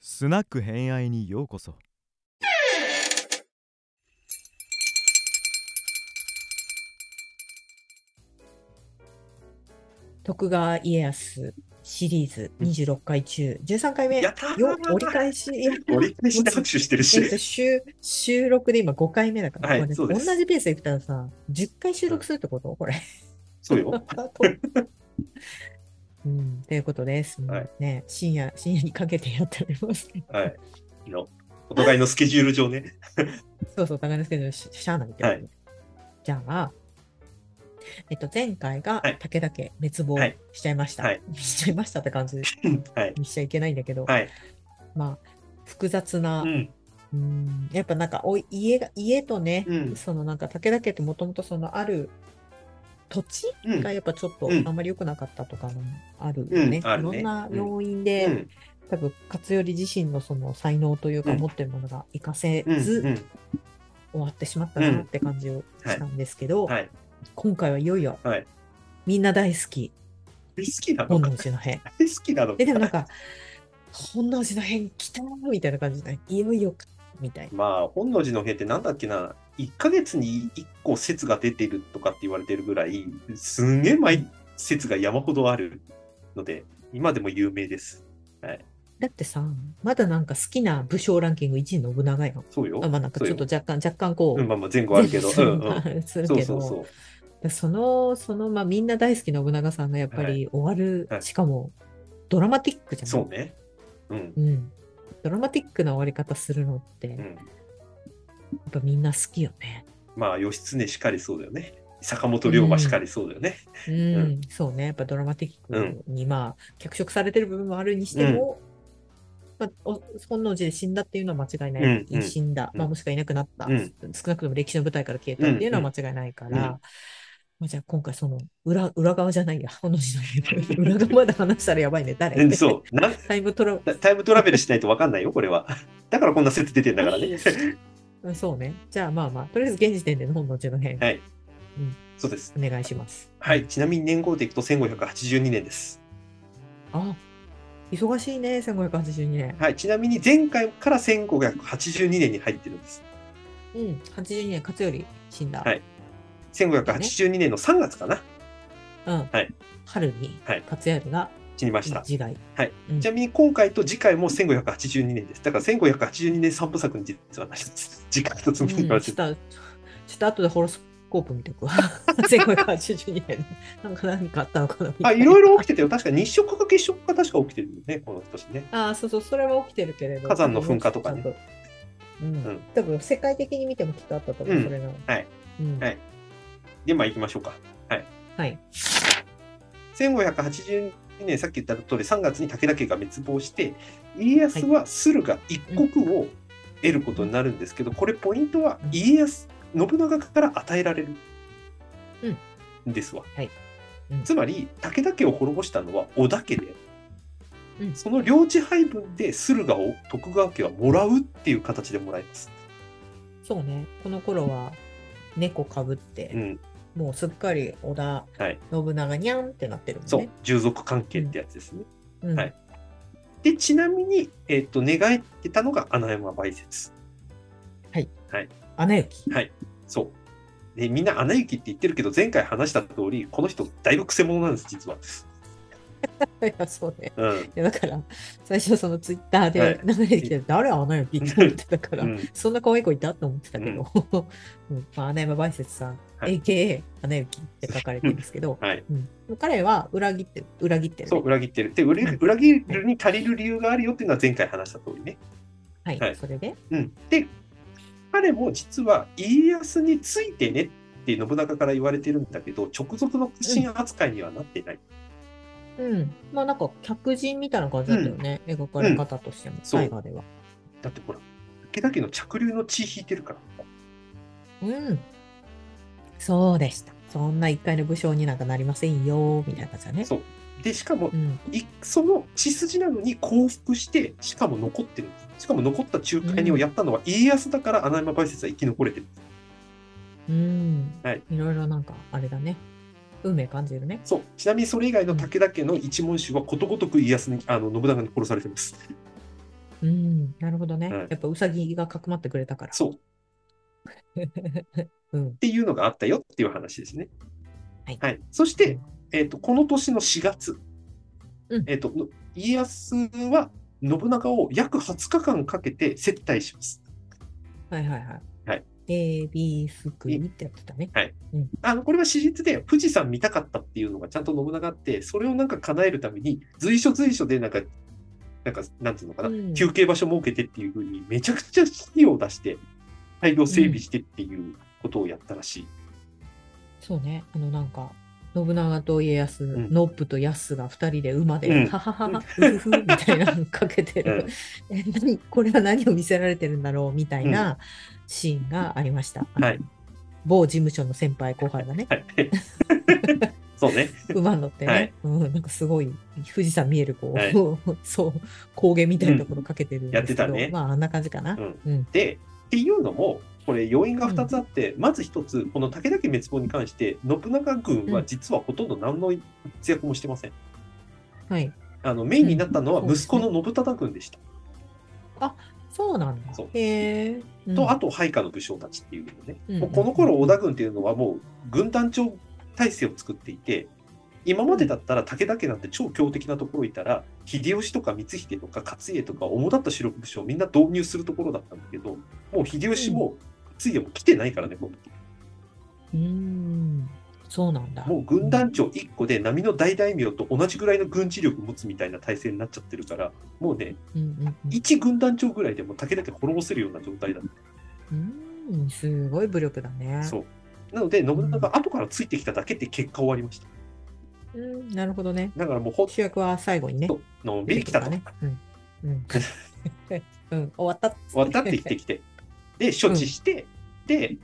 スナック偏愛にようこそ徳川家康シリーズうん26回中13回目やよったー折り返しいや折り返しで拍手してるえっとし。収収録で今5回目だから、はいこれそうです同じペースでいくたらさ10回収録するってことこれ、そうよ。 うん、ということです、はいね深夜深夜にかけてやっておりますはい。のお互いのスケジュール上ね。 そうそう、高之助のししゃあないけど、はいじゃあ、えっと、前回がはい武田家滅亡はいしちゃいました。はい しちゃいましたって感じはい。にしちゃいけないんだけど、はい。まあ、複雑な、う。うんーんやっぱなんかおい家が、家とね、うん。そのなんか武田家ってもともとそのある土地うん。がやっぱちょっとうんあんまり良くなかったとかのもあるよね。うんあるねいろんなうん要因うで、ん。多分勝頼自身のその才能というかうん持ってるものが活かせうん。ず、うん終わってしまったなって感じをしたんですけど、はい。今回はいよいよ、はいみんな大好き大好きなの本か能。寺の変大好きなのえでもなんか。か本能寺の変来たーみたいな感じじゃないいよいよかみたいなまあ、本能寺の変ってなんだっけな。1ヶ月に1個説が出てるとかって言われてるぐらい、すんげえ毎説が山ほどあるので、今でも有名です。だってさまだなんか好きな武将ランキング1位信長よそうよ。あまあなんかちょっとそうよ若干若干こう、うん、まあまあ前後あるけど。う 全ん部うん。するそうけそうどそでそのそのまあみんな大好き信長さんがやっぱり終わる、はいしかもドラマティックじゃう。なそういね。うん。うん、ドラマティックな終わり方するのって、うやっん。ぱみんな好きよね。まあ、義経しかりそうだよね。坂本龍馬しかりそうだよ ね。うん、うんそうね、やっぱドラマティックに、まあ、脚色されてる部分もあるにしても、まあ、お本能寺で死んだっていうのは間違いない、うんうん死んだ、うんまあ、もしくはいなくなった、うん少なくとも歴史の舞台から消えたっていうのは間違いないから、うんうんまあ、じゃあ今回、その裏裏側じゃないや、 本能寺の変裏側まで話したらやばいね、誰うんそう。なタイムトラタタイムトラベルしないと分かんないよ、これは。 だからこんな説出てんだから ね。うんそうね、じゃあまあまあ、とりあえず現時点での本能寺の変、はいうん。そうです。お願いします。はい。ちなみに年号でいくと1582年です。あ忙しいね、1582年。はい。ちなみに前回から1582年に入ってるんです。うん、82年、勝頼死んだ。はい1582年の3月かなうんはい春にはい勝頼が死にました。自害。はいうんちなみに今回と次回も1582年です。だから1582年3部作に実はなします。次回一つう目にんちょっと、ちょっと後でホロスコープ見てくわ。1582年。 なんか何かあったのかなみたあ、いないろいろ起きてたよ。確か日食か月食か確か起きてるよね、この年ね。あーそうそう、それは起きてるけれど。火山の噴火とかねちゃんうんうん多分世界的に見てもきっとあったと思う、うんそれの。はいうんはいで、まあ行きましょうか。はい。 1582年さっき言った通り3月に武田家が滅亡して家康は駿河一国を得ることになるんですけど、これポイントはうん家康信長から与えられるんですわ、はいうんつまり武田家を滅ぼしたのは織田家で、うんその領地配分で駿河を徳川家はもらうっていう形でもらいます、そうね、この頃は猫かぶって、うん、もうすっかり織田はい信長にゃんってなってるもんね。そう従属関係ってやつですね、うんはいでちなみに、えっと願えてたのが穴山梅雪穴行き。そう。ね、みんな穴行きって言ってるけど、前回話した通り、この人、だいぶくせ者なんです、実は。 いや、そうね。うん。いやだから最初そのツイッターで流れてきて、誰あの雪って思ってたから、うん、そんな可愛い子いたと思ってたけど、うんまあ、穴山梅雪さん、はい AKA 穴雪って書かれてるんですけど、はい。うん彼は裏切ってる裏切ってるね、そう、裏切ってる。で、裏切裏切るに足りる理由があるよっていうのは前回話した通りね。はいはいそれで、うん。で、彼も実は、家康についてねって信長から言われてるんだけど、直属の屈伸扱いにはなってない。うん、まあなんか客人みたいな感じだったよね、描かれ方としても、そう大河では。だってほら、武田家の着流の血引いてるから。うん、そうでした。そんな一回の武将になんかなりませんよみたいな感じだね。そうで、しかもう、ん、いその血筋なのに降伏して、しかも残ってるんです。しかも残った仲介人をやったのは家康だから、穴山梅雪は生き残れてる。うん、はい、ろいろなんかあれだね運命感じるね。そう。ちなみにそれ以外の武田家の一門衆はことごとく家康に、あの、信長に殺されてます。うん、なるほどね。うんやっぱウサギがかくまってくれたから。そう。っうん。ていうのがあったよっていう話ですね。はいそして、えっとこの年の4月、うんえっとの家康は信長を約20日間かけて接待します。はいはいはい。はい A、B すくいってやってたね。あのこれは史実で富士山見たかったっていうのがちゃんと信長あって、それをなんか叶えるために随所随所でなんか、なんかなんていうのかな、うん休憩場所設けてっていうふうにめちゃくちゃ費用を出して大量整備してっていうことをやったらしい。そうね。あの、なんか、信長と家康、んノップとヤスが二人で馬うで、んはははは、うふふみたいなのかけてる。 え何これは何を見せられてるんだろうみたいなシーンがありました。うんはい某事務所の先輩後輩がね、はいそうね。馬に乗ってね、はいうん、なんかすごい富士山見えるこう、はい そう高原みたいなところかけてるんですけど、うんやってたねまああんな感じかな。うんうんで、っていうのも、これ要因が2つあって、まず1つ、この武田家滅亡に関して、信長軍は実はほとんど何の活躍もしてません。はい、あのメインになったのはうんそうで息す子ねの信忠軍でした。そうなんだそう。へえ。うんと、あと配下の武将たちっていうのね、うんもうこの頃織田軍っていうのはもう軍団長体制を作っていて、今までだったら武田家なんて超強敵なところいたら、秀吉とか光秀とか勝家とか主だった主力武将をみんな導入するところだったんだけど、もう秀吉も勝家も来てないからね、この時うーん、そうなんだ。もう軍団長1個で波の大大名と同じぐらいの軍事力持つみたいな体制になっちゃってるから、もうね、うんうんうん1軍団長ぐらいでもう武田家滅ぼせるような状態だった。うん、うん、すごい武力だね。そうなので、信長が後からついてきただけって結果終わりました。うん、なるほどね。だからもうほっ主役は最後にね。とのんびり来たと。終出てくる からね。うん。うんうん、終わったっつてわったってきてきて。で、処置して、で、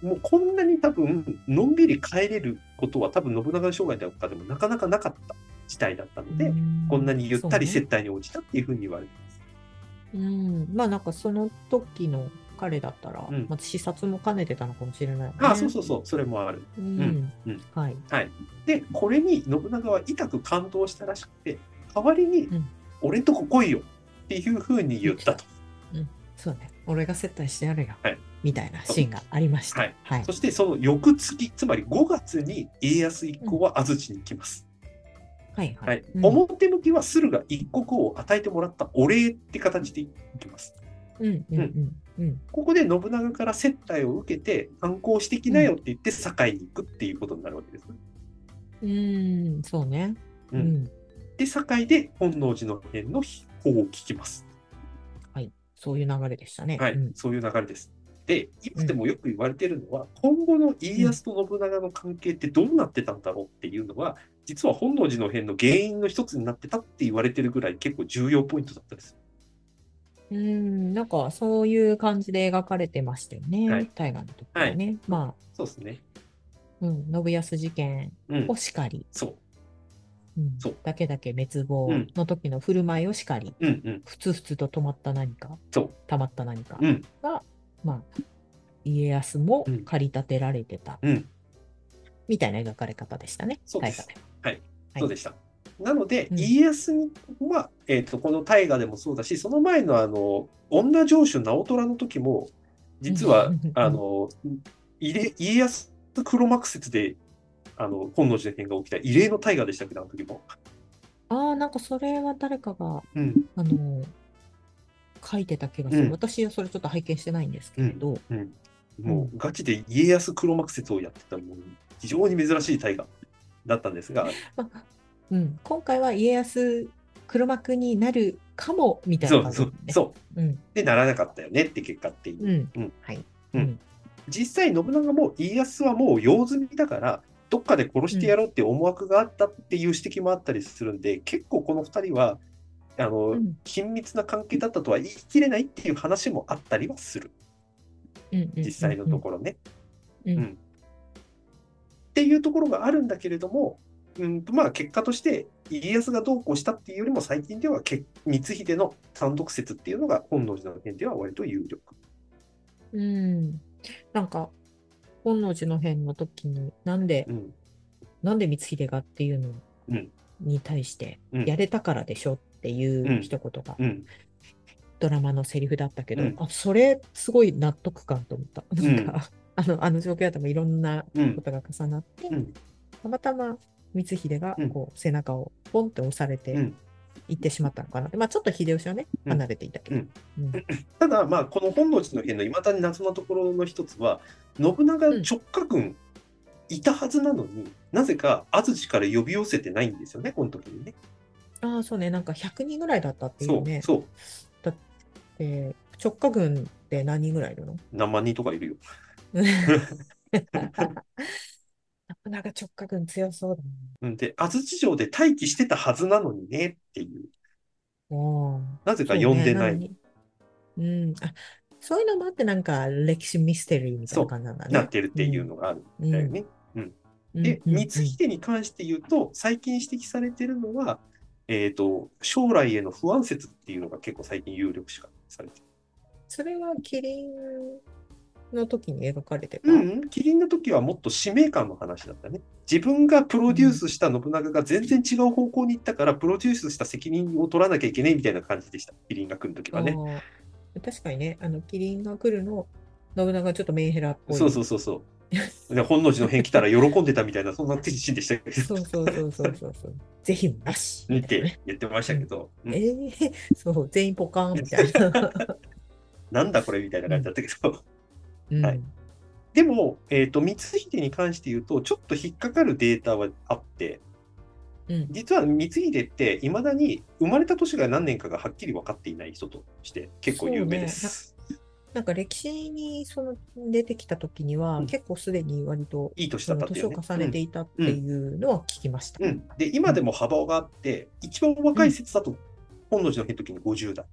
もうこんなに多分、のんびり帰れることは多分、信長の生涯とかでもなかなかなかった事態だったの で、こんなにゆったりそうね接待に応じたっていうふうに言われてます。うん、まあなんかその時の彼だったら、うんまあ視察も兼ねてたのかもしれないよね。ああ、そうそうそう、それもある。う。んん、うんはい。で、これに信長は痛く感動したらしくて、代わりにうん、俺んとこ来いよっていうふうに言ったと。そうね。俺が接待してやるよ。はいみたいなシーンがありました。はい。はいそ。して、その翌月、つまり5月に家康一行は安土に来ます。はい。は。はいいうん表向きは駿河一国を与えてもらったお礼って形でいきます。うん。うん。うん。うん。ここで信長から接待を受けて観光してきなよって言って堺に行くっていうことになるわけです。うーん、そうね。ううんん、で堺で本能寺の変の秘宝を聞きます。そういう流れでしたね。はい、うんそういう流れです。で今でもよく言われてるのは、今後の家康と信長の関係ってどうなってたんだろうっていうのは実は本能寺の変の原因の一つになってたって言われてるぐらい結構重要ポイントだったです。うーん、なんかそういう感じで描かれてましたよね。はい大河の時はね。まそうですね。あ、うん、信康事件うんを、しかり、そう。うんそう、だけだけ滅亡うんの時の振る舞いをしかり、うんうん。ふつふつと止まった何か、そう。溜まった何かうん。が、まあ、家康もうん駆り立てられてた、うんみたいな描かれ方でしたね。そうです大河はいそうでした。なので、うん家康は、えー、とこの大河でもそうだし、その前のあの女城主直虎の時も、実は、うんあの異例家康黒幕説であの本能寺の変が起きた異例の大河でしたけど、あの時も。ああ、なんかそれは誰かがうんあの書いてた気がする、うん私はそれちょっと拝見してないんですけれど、うん、もうガチで家康黒幕説をやってた、もう非常に珍しい大河だったんですが、まあうん、今回は家康黒幕になるかもみたいそなう感じそうねそう。うんで、ならなかったよねって結果っていう。うんうんはい、うん実際信長も家康はもう用済みだからどっかで殺してやろうって思惑があったっていう指摘もあったりするんで、結構この2人はあの、うん緊密な関係だったとは言い切れないっていう話もあったりはするうん実際のところね。うんうんっていうところがあるんだけれども、うんまあ、結果として家康がどうこうしたっていうよりも最近ではけ光秀の単独説っていうのが本能寺の変では割と有力。ろ、うん、なんか本能寺の変の時になんで、うんなんで光秀がっていうのうんに対して、うんやれたからでしょっていううん一言が、うんドラマのセリフだったけど、うんあそれすごい納得感と思った。んなんか、あのあの状況だともいろんなうんことが重なって、うんたまたま光秀がうんこう背中をポンって押されう てん、行ってしまったのかなって、まあ、ちょっと秀吉はねうん離れていたけど、うんただ、まあ、この本能寺の変のいまだに謎なところの一つは信長直下軍いたはずなのに、なぜか安土から呼び寄せてないんですよねこの時にね。ああそうねなんか100人ぐらいだったっていそううねそうで直下軍って何人ぐらいい るの何万人とかいるよ。なんか直下軍強そうだうんで安土城で待機してたはずなのにねっていうな。おーなぜかそう呼んねでない。のにうん、あそういうのもあって、なんか歴史ミステリーみたいな感じなんだね。なってるっていうのがあるうんんだよね。うんで、うん光秀に関して言うと、最近指摘されてるのは、えっ、と、将来への不安説っていうのが結構最近有力視がされてそれはキリンの時に描かれてた。る。うん、うん、キリンの時はもっと使命感の話だったね。自分がプロデュースした信長が全然違う方向に行ったから、プロデュースした責任を取らなきゃいけないみたいな感じでした。キリンが来る時はね。あー確かにね、あのキリンが来るの、信長ちょっとメンヘラっぽい。そうそうそうそう。で本能寺の変来たら喜んでたみたいな、そんな天心でしたけそ どう。そうそうそうそうそう。ぜひなし。って言ってましたけど、うんえー、そう、全員ポカーンみたいな。なんだこれみたいな感じだったけど。うん はいでも、えー、と光秀に関して言うとちょっと引っかかるデータはあってうん実は光秀っていまだに生まれた年が何年かがはっきり分かっていない人として結構有名です。なんか歴史にその出てきた時には、うん結構すでに割といい年そだったのってい年うをね、重ねていたっていうのは聞きました。うんうんで今でも幅があって一番若い説だと本能寺の変の時に50代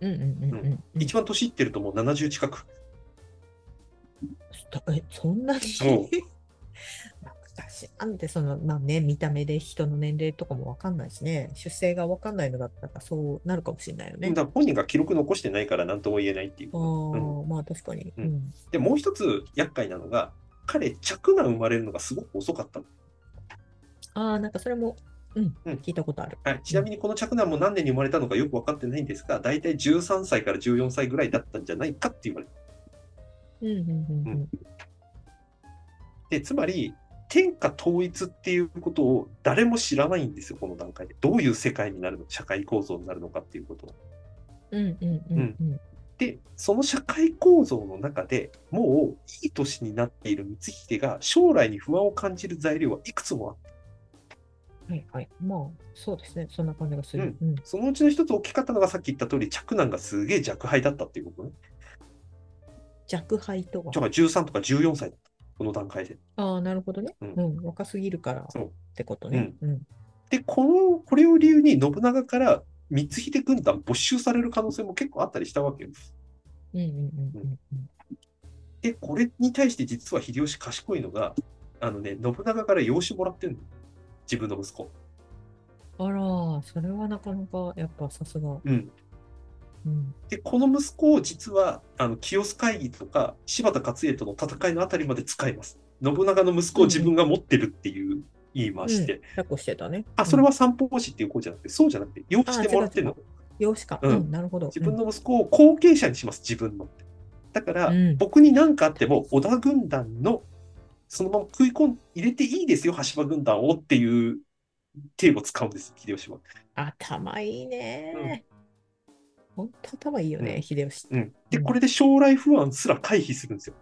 うんうんうんうんうん一番年いってるともう70近くえそんなにそう まあ私なんてそのまあね見た目で人の年齢とかもわかんないしね出生がわかんないのだったらそうなるかもしれないよね。だから本人が記録残してないから何とも言えないっていうあ。ーまあ確かに。ううんんでもう一つ厄介なのが彼着難生まれるのがすごく遅かったのああなんかそれも、うんうん聞いたことある。はい、ちなみにこの着男も何年に生まれたのかよく分かってないんですが、大体13歳から14歳ぐらいだったんじゃないかって言われうんうんうんうんて、つまり天下統一っていうことを誰も知らないんですよ、この段階で。どういう世界になるのか、社会構造になるのかっていうことを。うんうんうんうんで、その社会構造の中でもういい年になっている光秀が将来に不安を感じる材料はいくつもあって、はいはいまあそうですねそんな感じがする。うんそのうちの一つ大きかったのがさっき言った通り、着男がすげえ弱敗だったっていうことね。弱敗とはだ。から13とか14歳だった、この段階で。ああなるほどね。うんうん若すぎるからそうってことね。うんで、この、これを理由に信長から光秀軍団没収される可能性も結構あったりしたわけです。うんうんうんうんうん。で、これに対して実は秀吉賢いのが、あのね、信長から養子もらってるの。自分の息子。あら、それはなかなかやっぱさすが。うん。うん、で、この息子を実は、あの、清須会議とか、柴田勝家との戦いのあたりまで使います。信長の息子を自分が持ってるっていう言い回しで。うん抱っこしてたね。あ、それは、は三法師っていう子じゃなくて、そうじゃなくて、養子してもらってるの。容姿か。ううんん、なるほど。自分の息子を後継者にします、自分の。だから、うん僕に何かあっても、織田軍団の、そのまま食い込ん、入れていいですよ、羽柴軍団をっていうテーマを使うんです、秀吉は。頭いいね。本当頭いいよね、うん秀吉。うん、で、うんこれで将来不安すら回避するんですよ。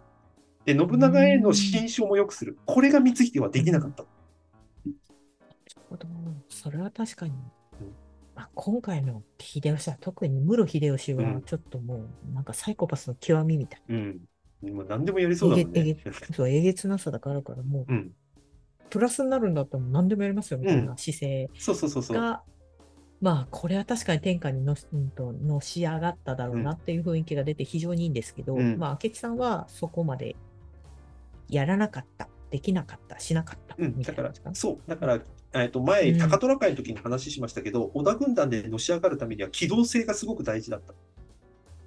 で、信長への心象も良くする。これが光秀はできなかった。それは確かに。うんまあ、今回の秀吉は特に室秀吉うはんちょっともうなんかサイコパスの極みみたいうん。今何でもやりな。そうだえもんげえねげ。そうえげつなさだからからもう うん。プラスになるんだったら何でもやりますよみたいな姿勢そうそうそうそう。が、まあ、これは確かに天下にのし,、うん、とのし上がっただろうなっていう雰囲気が出て非常にいいんですけど、うんまあ、明智さんはそこまでやらなかった、できなかった、しなかったうん、みただいかなら感じか、な。そう、だから、えっと前、うん高虎会の時に話しましたけど、織田軍団でのし上がるためには機動性がすごく大事だった。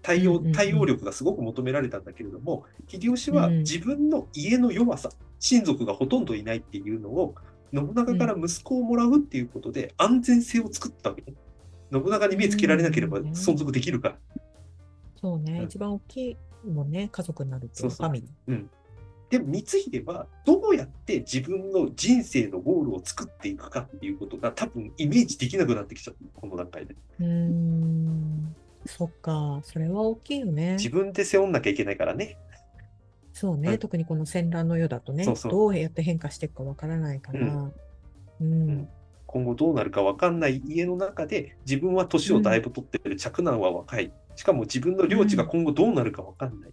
対応うんうんうん対応力がすごく求められたんだけれども、秀吉はうん自分の家の弱さ、親族がほとんどいないっていうのを、信長から息子をもらうっていうことで安全性を作ったわけね。信長に目つけられなければうん存続できるから。そうね、うん一番大きいもんね、家族になるとそうそうファミリー。でも光秀はどうやって自分の人生のゴールを作っていくかっていうことが多分イメージできなくなってきちゃうこの段階でうーん、そっか、それは大きいよね。自分で背負んなきゃいけないからねそううね、ん特にこの戦乱の世だとね、そうそうどうやって変化していくかわからないから、ううんうん今後どうなるか分かんない家の中で自分は年をだいぶ取ってる、嫡男は若いしかも自分の領地が今後どうなるか分かんない、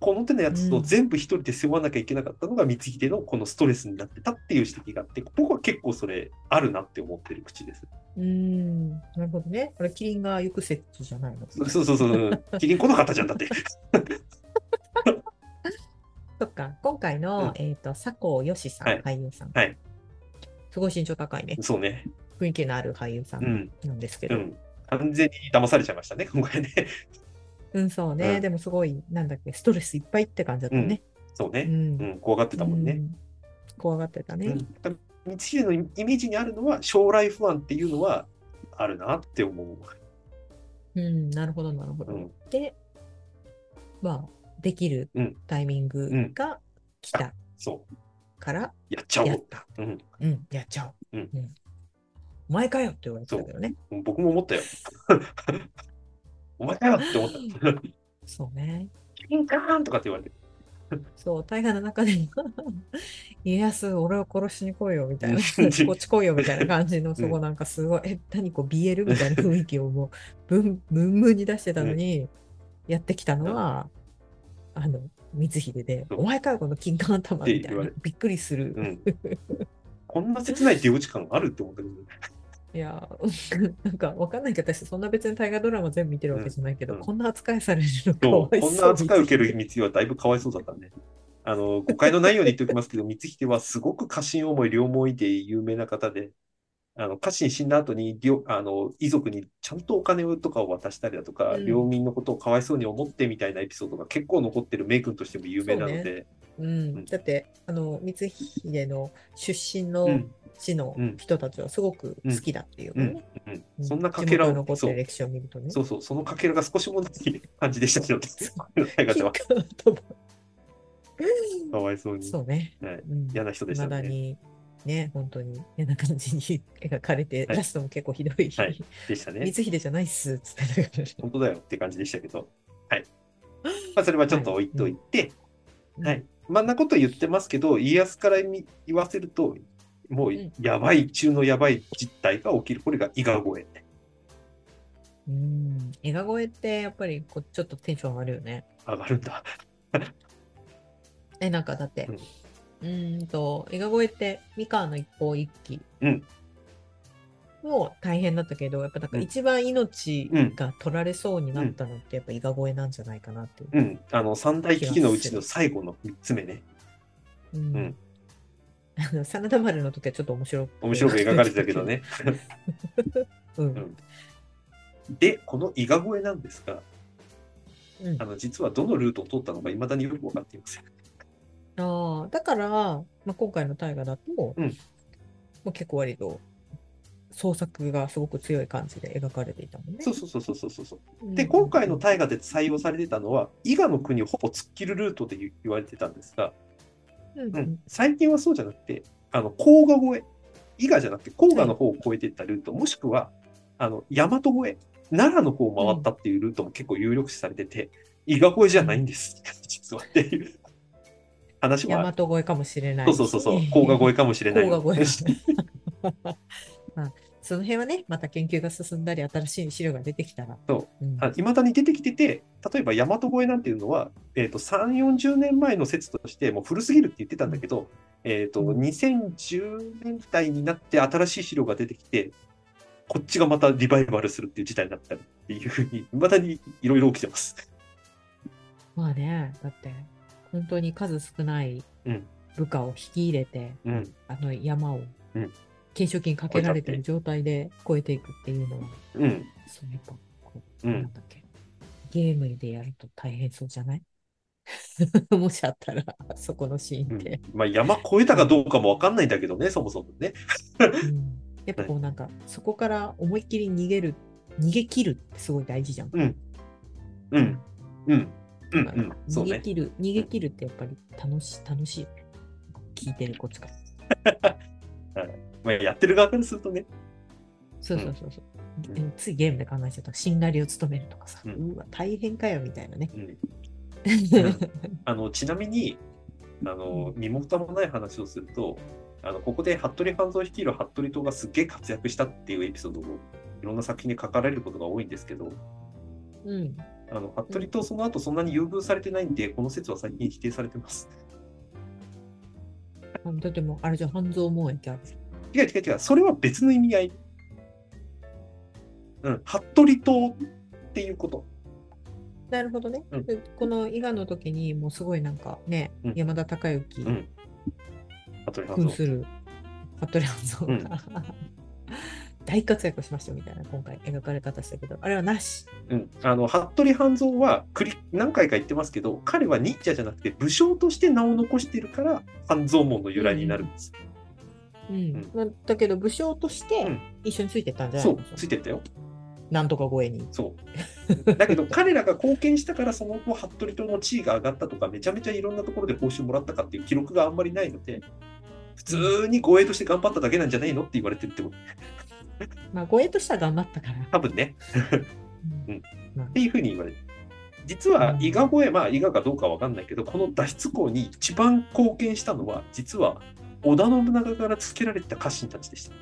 この手のやつを全部一人で背負わなきゃいけなかったのが光秀のこのストレスになってたっていう指摘があって僕は結構それあるなって思ってる口ですうーん、なるほどね。これ、キリンが行く説じゃないの。そうそうそうそうキリン来なかったじゃんだって そっか、今回の、えっ、と、佐藤よしさん、はい俳優さん。はいすごい身長高いね。そうね雰囲気のある俳優さうんんなんですうけど。うん、ん、完全に騙されちゃいましたね、 今回ね。そうね、うんでもすごい、なんだっけ、ストレスいっぱいって感じだったね。そううね、ん。うん、怖がってたもんうね。ん怖がってたね。うん、だから光秀のイメージにあるのは、将来不安っていうのはあるなって思う。うん、なるほど、なるほど。うんで、まあ、できるうんタイミングが来たそう、から、やっちゃおやっう。うん、うん、やっちゃおう。うんお前かよって言われてたけ どね。うん僕も思ったよ。お前かよって思っ た。そうね。キリンカーンとかって言われて、そう、大河の中でも 家康、俺を殺しに来いよみたいな、う こんっち来いよみたいな感じの、そこなんかすごい、え、何こう、BL みたいな雰囲気をもう、 ぶん、ぶんぶんに出してたのに、やってきたのは、あの、光秀で、そうお前かよ、この金冠頭みってたい言わなれ、びっくりするう。ん、こんな切ない出落ち感あるって思ったけど、いやー、 なんかわかんないけど、私、そんな別に大河ドラマ全部見てるわけじゃないけど、うんこんな扱いされるのかそわういこんそなう扱い受ける光秀光秀はだいぶかわいそうだったね。あの誤解のないように言っておきます けど、光秀はすごく家臣思い、両思いで有名な方で、あの家臣死んだ後に両あの遺族にちゃんとお金とかを渡したりだとか、うん領民のことをかわいそうに思ってみたいなエピソードが結構残ってる名君としても有名なのそで、うん、だって、あの、光秀の出身のうん地のうん人たちはすごく好きだっていううのんね。うんうんそんなかけら地元に残をってそうる歴史を見るとね。そうそう、そのかけらが少しもない感じでしたけど、 大河では金冠頭かわいそうに、そうね。はいうん嫌な人でいしたまだね。に、ね、本当に嫌な感じに描かれて、はいラストも結構ひどい。はいでしたね。光秀じゃないっす、つってたけど。本当だよって感じでしたけど、はい。まあ、それはちょっと置いといて、うんはい。まあ、んなこと言ってますけど、家康からみ言わせると、もうやばい中のやばい実態が起きる。これが伊賀越え。うん、映画声ってやっぱりこうちょっとテンション上がるよね。上がるんだ。え、なんかだって、うーんと、映画声って三河の一向一揆うんもう大変だったけど、やっぱなんかうん一番命が取られそうになったのってやっぱ伊賀越えなんじゃないかなっていう。うん。あの、三大危機のうちの最後の3つ目ね。うんうんあの真田丸の時はちょっと面白く面白く描かれてたけど。ね。ううんん。で、この伊賀越えなんですが、うんあの、実はどのルートを通ったのか、いまだによく分かっていません。ああ、だから、まあ、今回の大河だと、もうんう結構割と創作がすごく強い感じで描かれていたもんね。そうそうそうそうそうそう。うんで、今回の大河で採用されてたのは、伊賀の国をほぼ突っ切るルートで言われてたんですが、うんうん、最近はそうじゃなくて、あの甲賀越え、伊賀じゃなくて甲賀の方を越えていったルート、もしくはあの大和越え、奈良の方を回ったっていうルートも結構有力視されてて、伊賀越えじゃないんです、 実はっていう話大和は、越えかもしれないそうそうそうそう、甲賀越えかもしれない。甲賀越え。 まあ、その辺はね、また研究が進んだり、新しい資料が出てきたら。そうんいまだに出てきてて、例えば大和越えなんていうのは、えー、と3、40年前の説として、もう古すぎるって言ってたんだけど、えー、とうん2010年代になって新しい資料が出てきて、こっちがまたリバイバルするっていう事態になったりっていうふうに、いまだにいろいろ起きてます。まあね、だって、本当に数少ないうん部下を引き入れて、うん、あの山をうん懸賞金かけられてる状態で越えていくっていうのは、うん、そうやっぱこう、うんなんだっけ、ゲームでやると大変そうじゃない もしあったら、そこのシーうンんで。まあ、山越えたかどうかもわかんないんだけどね、そもそもね。うんやっぱこうなんかそこから思いっきり逃げる逃げ切るってすごい大事じゃん。うん。うん。うん。うん。あうのん。そう逃げね。切る、逃げ切るってやっぱり楽しい、楽しい。聞いてるこっちから。まあ、やってる側からするとね。そうそうそうそう。うんえついゲームで考えちゃったしんがりを務めるとかさ、ううんわ、大変かよみたいなね。うん。あの、ちなみに、あの、身も蓋もない話をすると、あの、ここで服部半蔵率いる服部党がすっげえ活躍したっていうエピソードをいろんな作品で書かれることが多いんですけど、 うん。あの、服部党その後そんなに優遇されてないんで、この説は最近否定されてます。 あのだってもう、あれじゃん半蔵門駅ある。違う違う違う、それは別の意味合い。うん、服部党っていうこと。なるほどね。うんでこの伊賀の時にもうすごいなんかね、うん山田孝之うん服部半扮蔵。する服部半蔵が、 大活躍しましたみたいな今回描かれ方したけど、あれはなし。うん、あの服部半蔵は繰り何回か言ってますけど彼は忍者じゃなくて武将として名を残しているから半蔵門の由来になるんです、うんんまあだけど武将としてうん一緒についてったんじゃなそいうの、ついてったよなんとか護衛に。そう だけど彼らが貢献したからその後服部党の地位が上がったとかめちゃめちゃいろんなところで報酬もらったかっていう記録があんまりないので普通に護衛として頑張っただけなんじゃないのって言われてるってことまあ護衛としては頑張ったから。多分ねうんっていうふうに言われてる実は伊賀越えまあ伊賀かどうかわかんないけどこの脱出港に一番貢献したのは実は織田信長から付けられた家臣たちでした。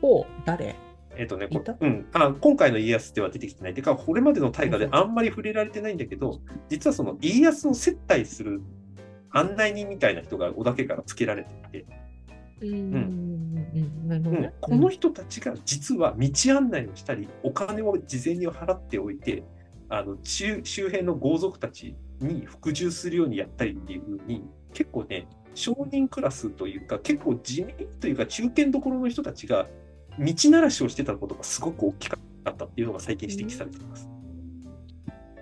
ほう、誰えっとね、こいたうん、あ今回の家康では出てきてない。てか、これまでの大河でうんあんまり触れられてないんだけど、実はその家康を接待する案内人みたいな人が織田家から付けられていて、うんうん、なるほどうねん。この人たちが実は道案内をしたり、お金を事前に払っておいて、あの周周辺の豪族たちに服従するようにやったりっていうふうに、結構ね、商人クラスというか、結構地味というか、中堅どころの人たちが道ならしをしてたことがすごく大きかったっていうのが最近指摘されています。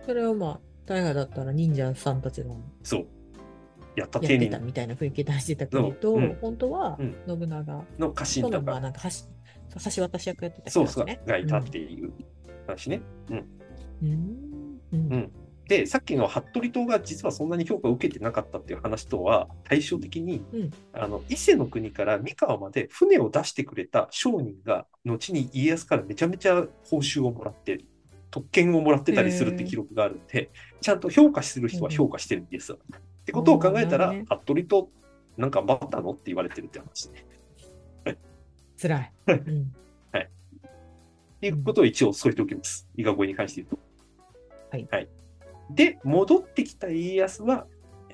それをまあ、大河だったら忍者さんたちのそう。やったや丁って寧たにみたいな雰囲気出してたけれど、うん本当はうん信長の家臣ととのまかあ、なんか橋橋渡し役やってた人そうですそうね。がいたっていう話ね。うんうんうんでさっきの服部党が実はそんなに評価を受けてなかったっていう話とは対照的に、うんあの伊勢の国から三河まで船を出してくれた商人が後に家康からめちゃめちゃ報酬をもらって特権をもらってたりするって記録があるんでちゃんと評価する人は評価してるんです。ってことを考えたら、なるほ服部党なんか頑張ったのって言われてるって話ね。辛い。うんっていうことを一応添えておきます。伊賀越えに関して言うと。はいで、戻ってきた家康は、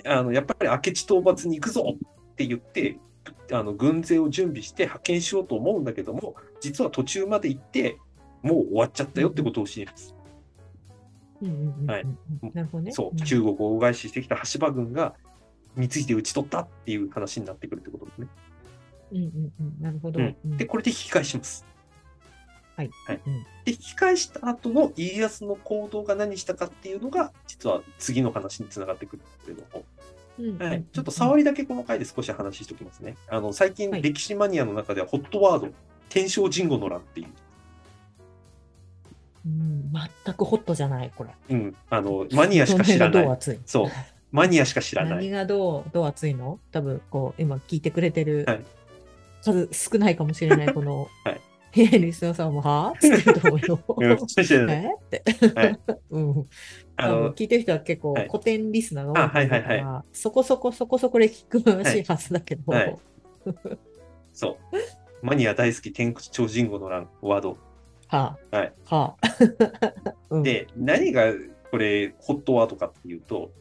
あのやっぱり明智討伐に行くぞって言って、あの軍勢を準備して派遣しようと思うんだけども、実は途中まで行って、もう終わっちゃったよってことを知ります。うんうんうんうんはいなるほどね。そう、ん中国を大返ししてきた羽柴軍が光秀で討ち取ったっていう話になってくるってことですね。うんうんうん、なるほど。うんうんで、これで引き返します。はい。はいうんで、引き返した後の家康の行動が何したかっていうのが、実は次の話につながってくるんですけれども、うんはういん、ちょっと触りだけこの回で少し話しておきますね。あの最近、はい歴史マニアの中ではホットワード、天正神護の乱っていう、うん全くホットじゃない、これ。うん、あのマニアしか知らどのない。辺がどう熱いそう、マニアしか知らな何い。がどう、どう熱いの多分、こう、今聞いてくれてるはい数少ないかもしれない、このはい、部屋にすよさんも、はぁって言ってると思ううんよ。知らないえって。はいうん。ああのの、聞いてる人は結構はい古典リスナーが多いと思うかあはいはいら、そこそこそこそこで聞くらしいはずだけど、はいそう、マニア大好き天正神護の乱、ワード。はぁ、はいは ぁ、うんで、何がこれ、ホットワードかっていうと、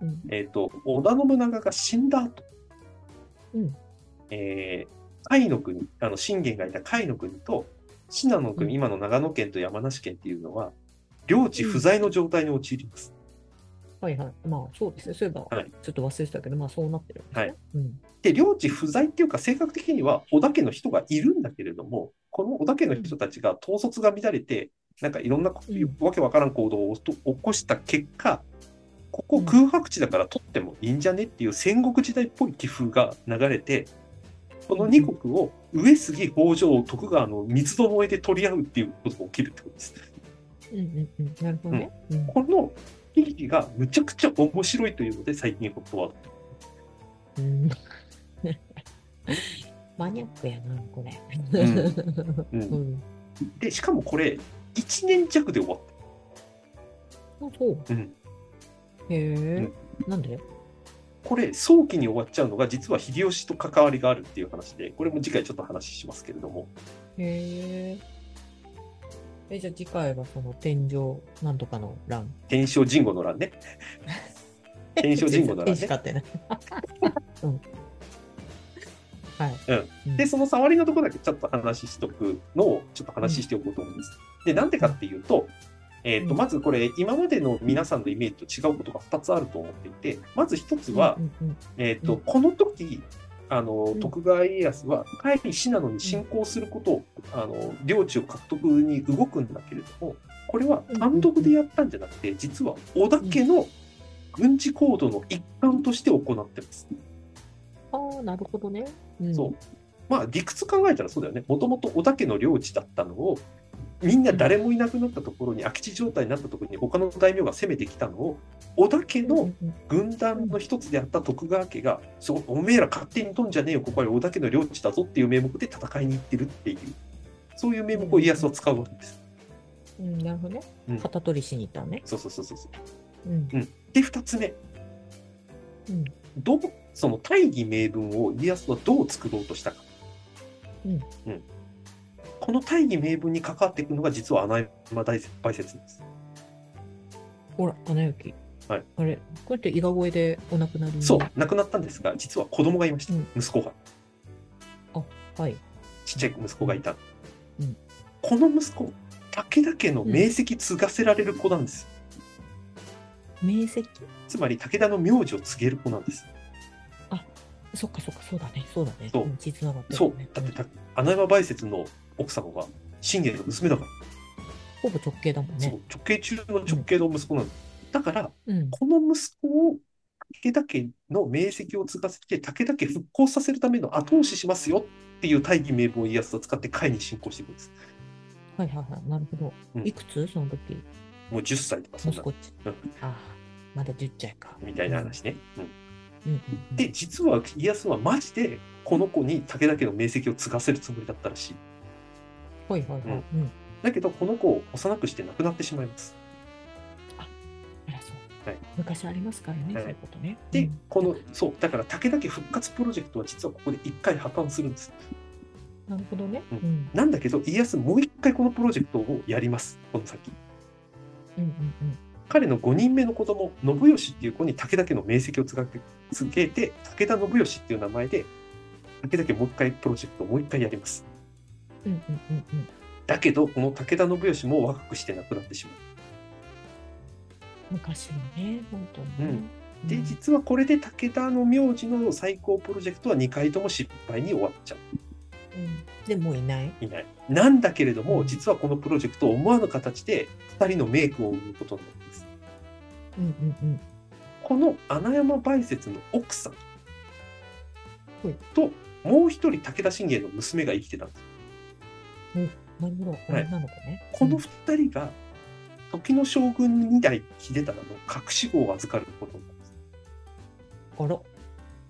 うんえっ、と、織田信長が死んだ後、うんえー甲斐の国、あの、信玄がいた甲斐の国と、信濃の国、うん今の長野県と山梨県っていうのは、領地不在の状態に陥ります。はいはい。まあ、そうですね。そういえば、はいちょっと忘れてたけど、まあ、そうなってるんですね。はいうん。で、領地不在っていうか、性格的には織田家の人がいるんだけれども、この織田家の人たちが統率が乱れて、なんかいろんなこうんわけわからん行動をと起こした結果、ここうん空白地だから取ってもいいんじゃねっていう戦国時代っぽい気風が流れて、この2国を上杉、北条、徳川の三つどもえで取り合うっていうことが起きるってことです。うんうんうん。なるほどね。うんこの記事がむちゃくちゃ面白いというので、最近ホットワード。うん マニアックやな、これ。うん うん。で、しかもこれ、1年弱で終わっあそう。た。うんへうえん。なんでこれ、早期に終わっちゃうのが、実は秀吉と関わりがあるっていう話で、これも次回ちょっと話しますけれども、へえ。え、じゃあ次回はその天井なんとかの欄。天正神護の 乱ね。天正神護の天乱使ね。買ってない。うんはい。うんで、その触りのところだけちょっと話しとくのを、ちょっと話しておこうと思います。で、なんでかっていうと、えーとうんまずこれ、今までの皆さんのイメージと違うことが2つあると思っていて、まず1つはう、んうんえーうとんこの時あのうん徳川家康は甲斐信濃に侵攻することを、あの領地を獲得に動くんだけれどもこれは単独でやったんじゃなくて実は織田家の軍事行動の一環として行ってます。ああ、なるほどね。うんそうまあ理屈考えたらそうだよねもともと織田家の領地だったのをみんな誰もいなくなったところに空き地状態になったところに他の大名が攻めてきたのを織田家のうんうん軍団の一つであった徳川家が、そうおめえら勝手に飛んじゃねえよ、ここは織田家の領地だぞっていう名目で戦いに行ってるっていう、そういう名目を家康は使うわけです。うん、なるほどねうん。旗取りしに行ったのね。そうそうそうそうそう。うんで、二つ目、うんどうその大義名分を家康はどう作ろうとしたか。うんうんこの大義名分に関わっていくのが実は穴山大大説です。ほら、穴行き。はいあれ、これって伊賀越えでお亡くなりにそう、亡くなったんですが、実は子供がいました、うん息子が。はい。ちっちゃい息子がいた。うんこの息子、武田家の名跡継がせられる子なんですよ。名跡つまり武田の名字を継げる子なんです。そっかそっか、そうだね。そうだね。そうん血つながってるそうね。だってんた、穴山梅雪の奥様が信玄の娘だから、ほぼ直径だもんそうね。直系中の直系の息子なの。だから、うん。この息子を武田家の名跡を継がせて、武田家復興させるための後押ししますよっていう大義名分を家康を使って甲斐に進行していくんです。はいはいはい。なるほど。うんいくつその時、もう10歳とかそん息な、子っち。うんああ、まだ10歳か。みたいな話ね。うんうん。うんうん、で実は家康はマジでこの子に武田家の名跡を継がせるつもりだったらしいはいはいはい。うん。だけどこの子を幼くして亡くなってしまいますあら、そう。はい昔ありますからね、はいそういうことね。うでんこのそうだから武田家復活プロジェクトは実はここで一回破綻するんですなるほどね。ううんん。うんなんだけど家康もう一回このプロジェクトをやりますこの先うんうん。彼の5人目の子供信義っていう子に武田家の名跡を継が継げて武田信義っていう名前で武田家もう一回プロジェクトをもう一回やりますうんうんうんうん。だけどこの武田信義も若くして亡くなってしまう昔はね、本当にね。で実はこれで武田の名字の最高プロジェクトは2回とも失敗に終わっちゃうんでもういない。いないなんだけれども実はこのプロジェクトを思わぬ形で2人の名君を生むことになりますうんうんうん。この穴山梅雪の奥さんはいともう一人武田信玄の娘が生きてたんですなるほど、はい女の子ね。この2人が時の将軍2代秀忠の隠し子を預かることになりますあら、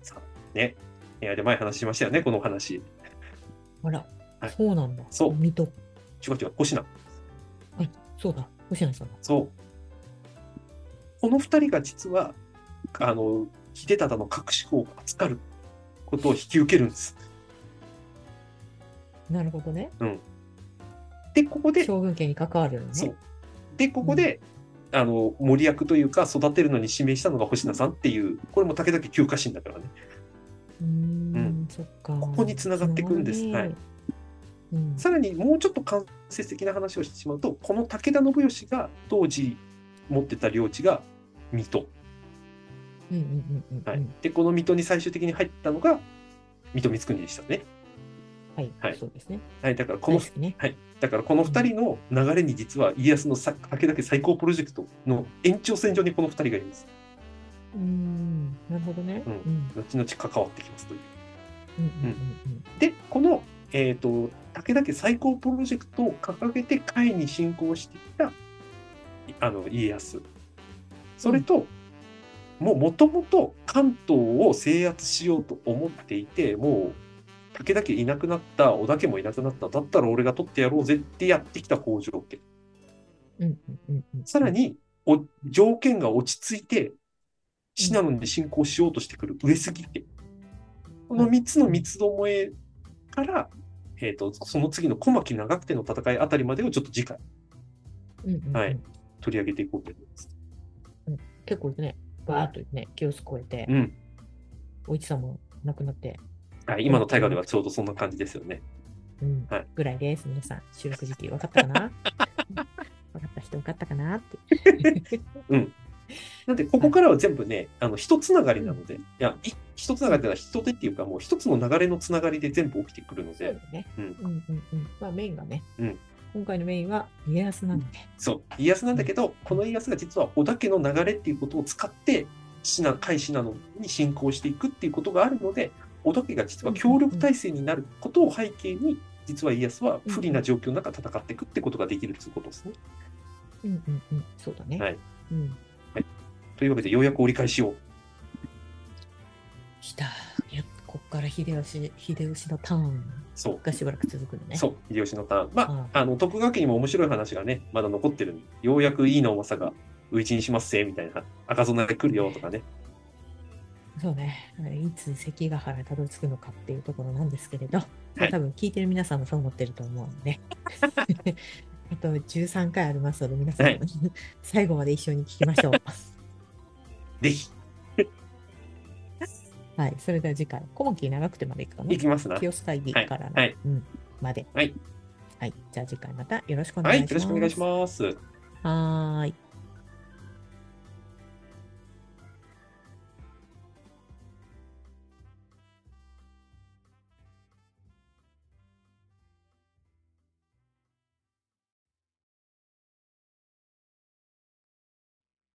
さあねいやで前話しましたよねこのお話あら、はいそうなんだ。そう水戸。違う違うコシナはい、そうだ。星野さんだ。そう。この2人が実は、あの、秀忠の隠し子を預かることを引き受けるんです。なるほどね。で、ここで、将軍家に関わるのね。そう。で、ここで、あの、森役というか、育てるのに指名したのが星名さんっていう、これも武田家休暇神だからね。うーん、うんそっか。ここに繋がってくんですつながるねうん、さらにもうちょっと間接的な話をしてしまうと、この武田信義が当時持ってた領地が水戸。うんうんうんうんうん。はいで、この水戸に最終的に入ったのが、水戸光圀でしたね。はい、はいそうですね。はい、だからこの大好きね。だからこの2人の流れに実は家康のさ武田家最高プロジェクトの延長線上にこの2人がいます。うーん、なるほどね。ううんん、うん、後々関わってきますという。うん、うん、で、この、えっ、と、武田家最高プロジェクトを掲げて甲斐に進行してきた、いあの、家康。それと、もうもともと関東を制圧しようと思っていて、もう武田家いなくなった、織田家もいなくなった、だったら俺が取ってやろうぜってやってきた北条家。うんうんうんうんさらに、お条件が落ち着いて、信濃に侵攻しようとしてくる上杉家。この3つの三つどもえから、えっとその次の小牧長久手の戦いあたりまでをちょっと次回うんうんうんはい取り上げていこうと思います。結構ね、バーっとね、清須超えて、うんお市さんも亡くなって、はい、今の大河ではちょうどそんな感じですよね。うんはいぐらいです。皆さん、収録時期分かったかな分かった人分かったかなって。なんで、ここからは全部ね、あの、一つながりなので、いや、い一つながりというのは人手っていうか、もう一つの流れのつながりで全部起きてくるのそうで、だね。ううんんうんうん。まあメインがね、うん今回のメインは家康なので、そう、家康なんだけど、この家康が実は織田家の流れっていうことを使って、信濃甲斐信濃に進行していくっていうことがあるので、織田家が実は協力体制になることを背景に、実は家康は不利な状況の中戦っていくってことができるということですね。うんうんうん、そうだね。はいうん。というわけで、ようやく折り返しを。来た。いや、こっから秀吉、秀吉のターンそう。がしばらく続くのね。そう、秀吉のターン。まうあ、あの、徳川家にも面白い話がね、まだ残ってるんでようやくいいのさが、うちにしますせ、みたいな、赤備え来るよとかね。そうね。いつ関ヶ原にたどり着くのかっていうところなんですけれど、はい多分聞いてる皆さんもそう思ってると思うん で。あと13回ありますので、皆さん、はい 最後まで一緒に聞きま しょう。ぜひ、はい。それでは次回、小牧長くてまでいくかな行きますな。清須会議はいからの、はいうん、まで。はい。はい。じゃあ次回またよろしくおは願い、よいします。ろしくお願いします。はーい。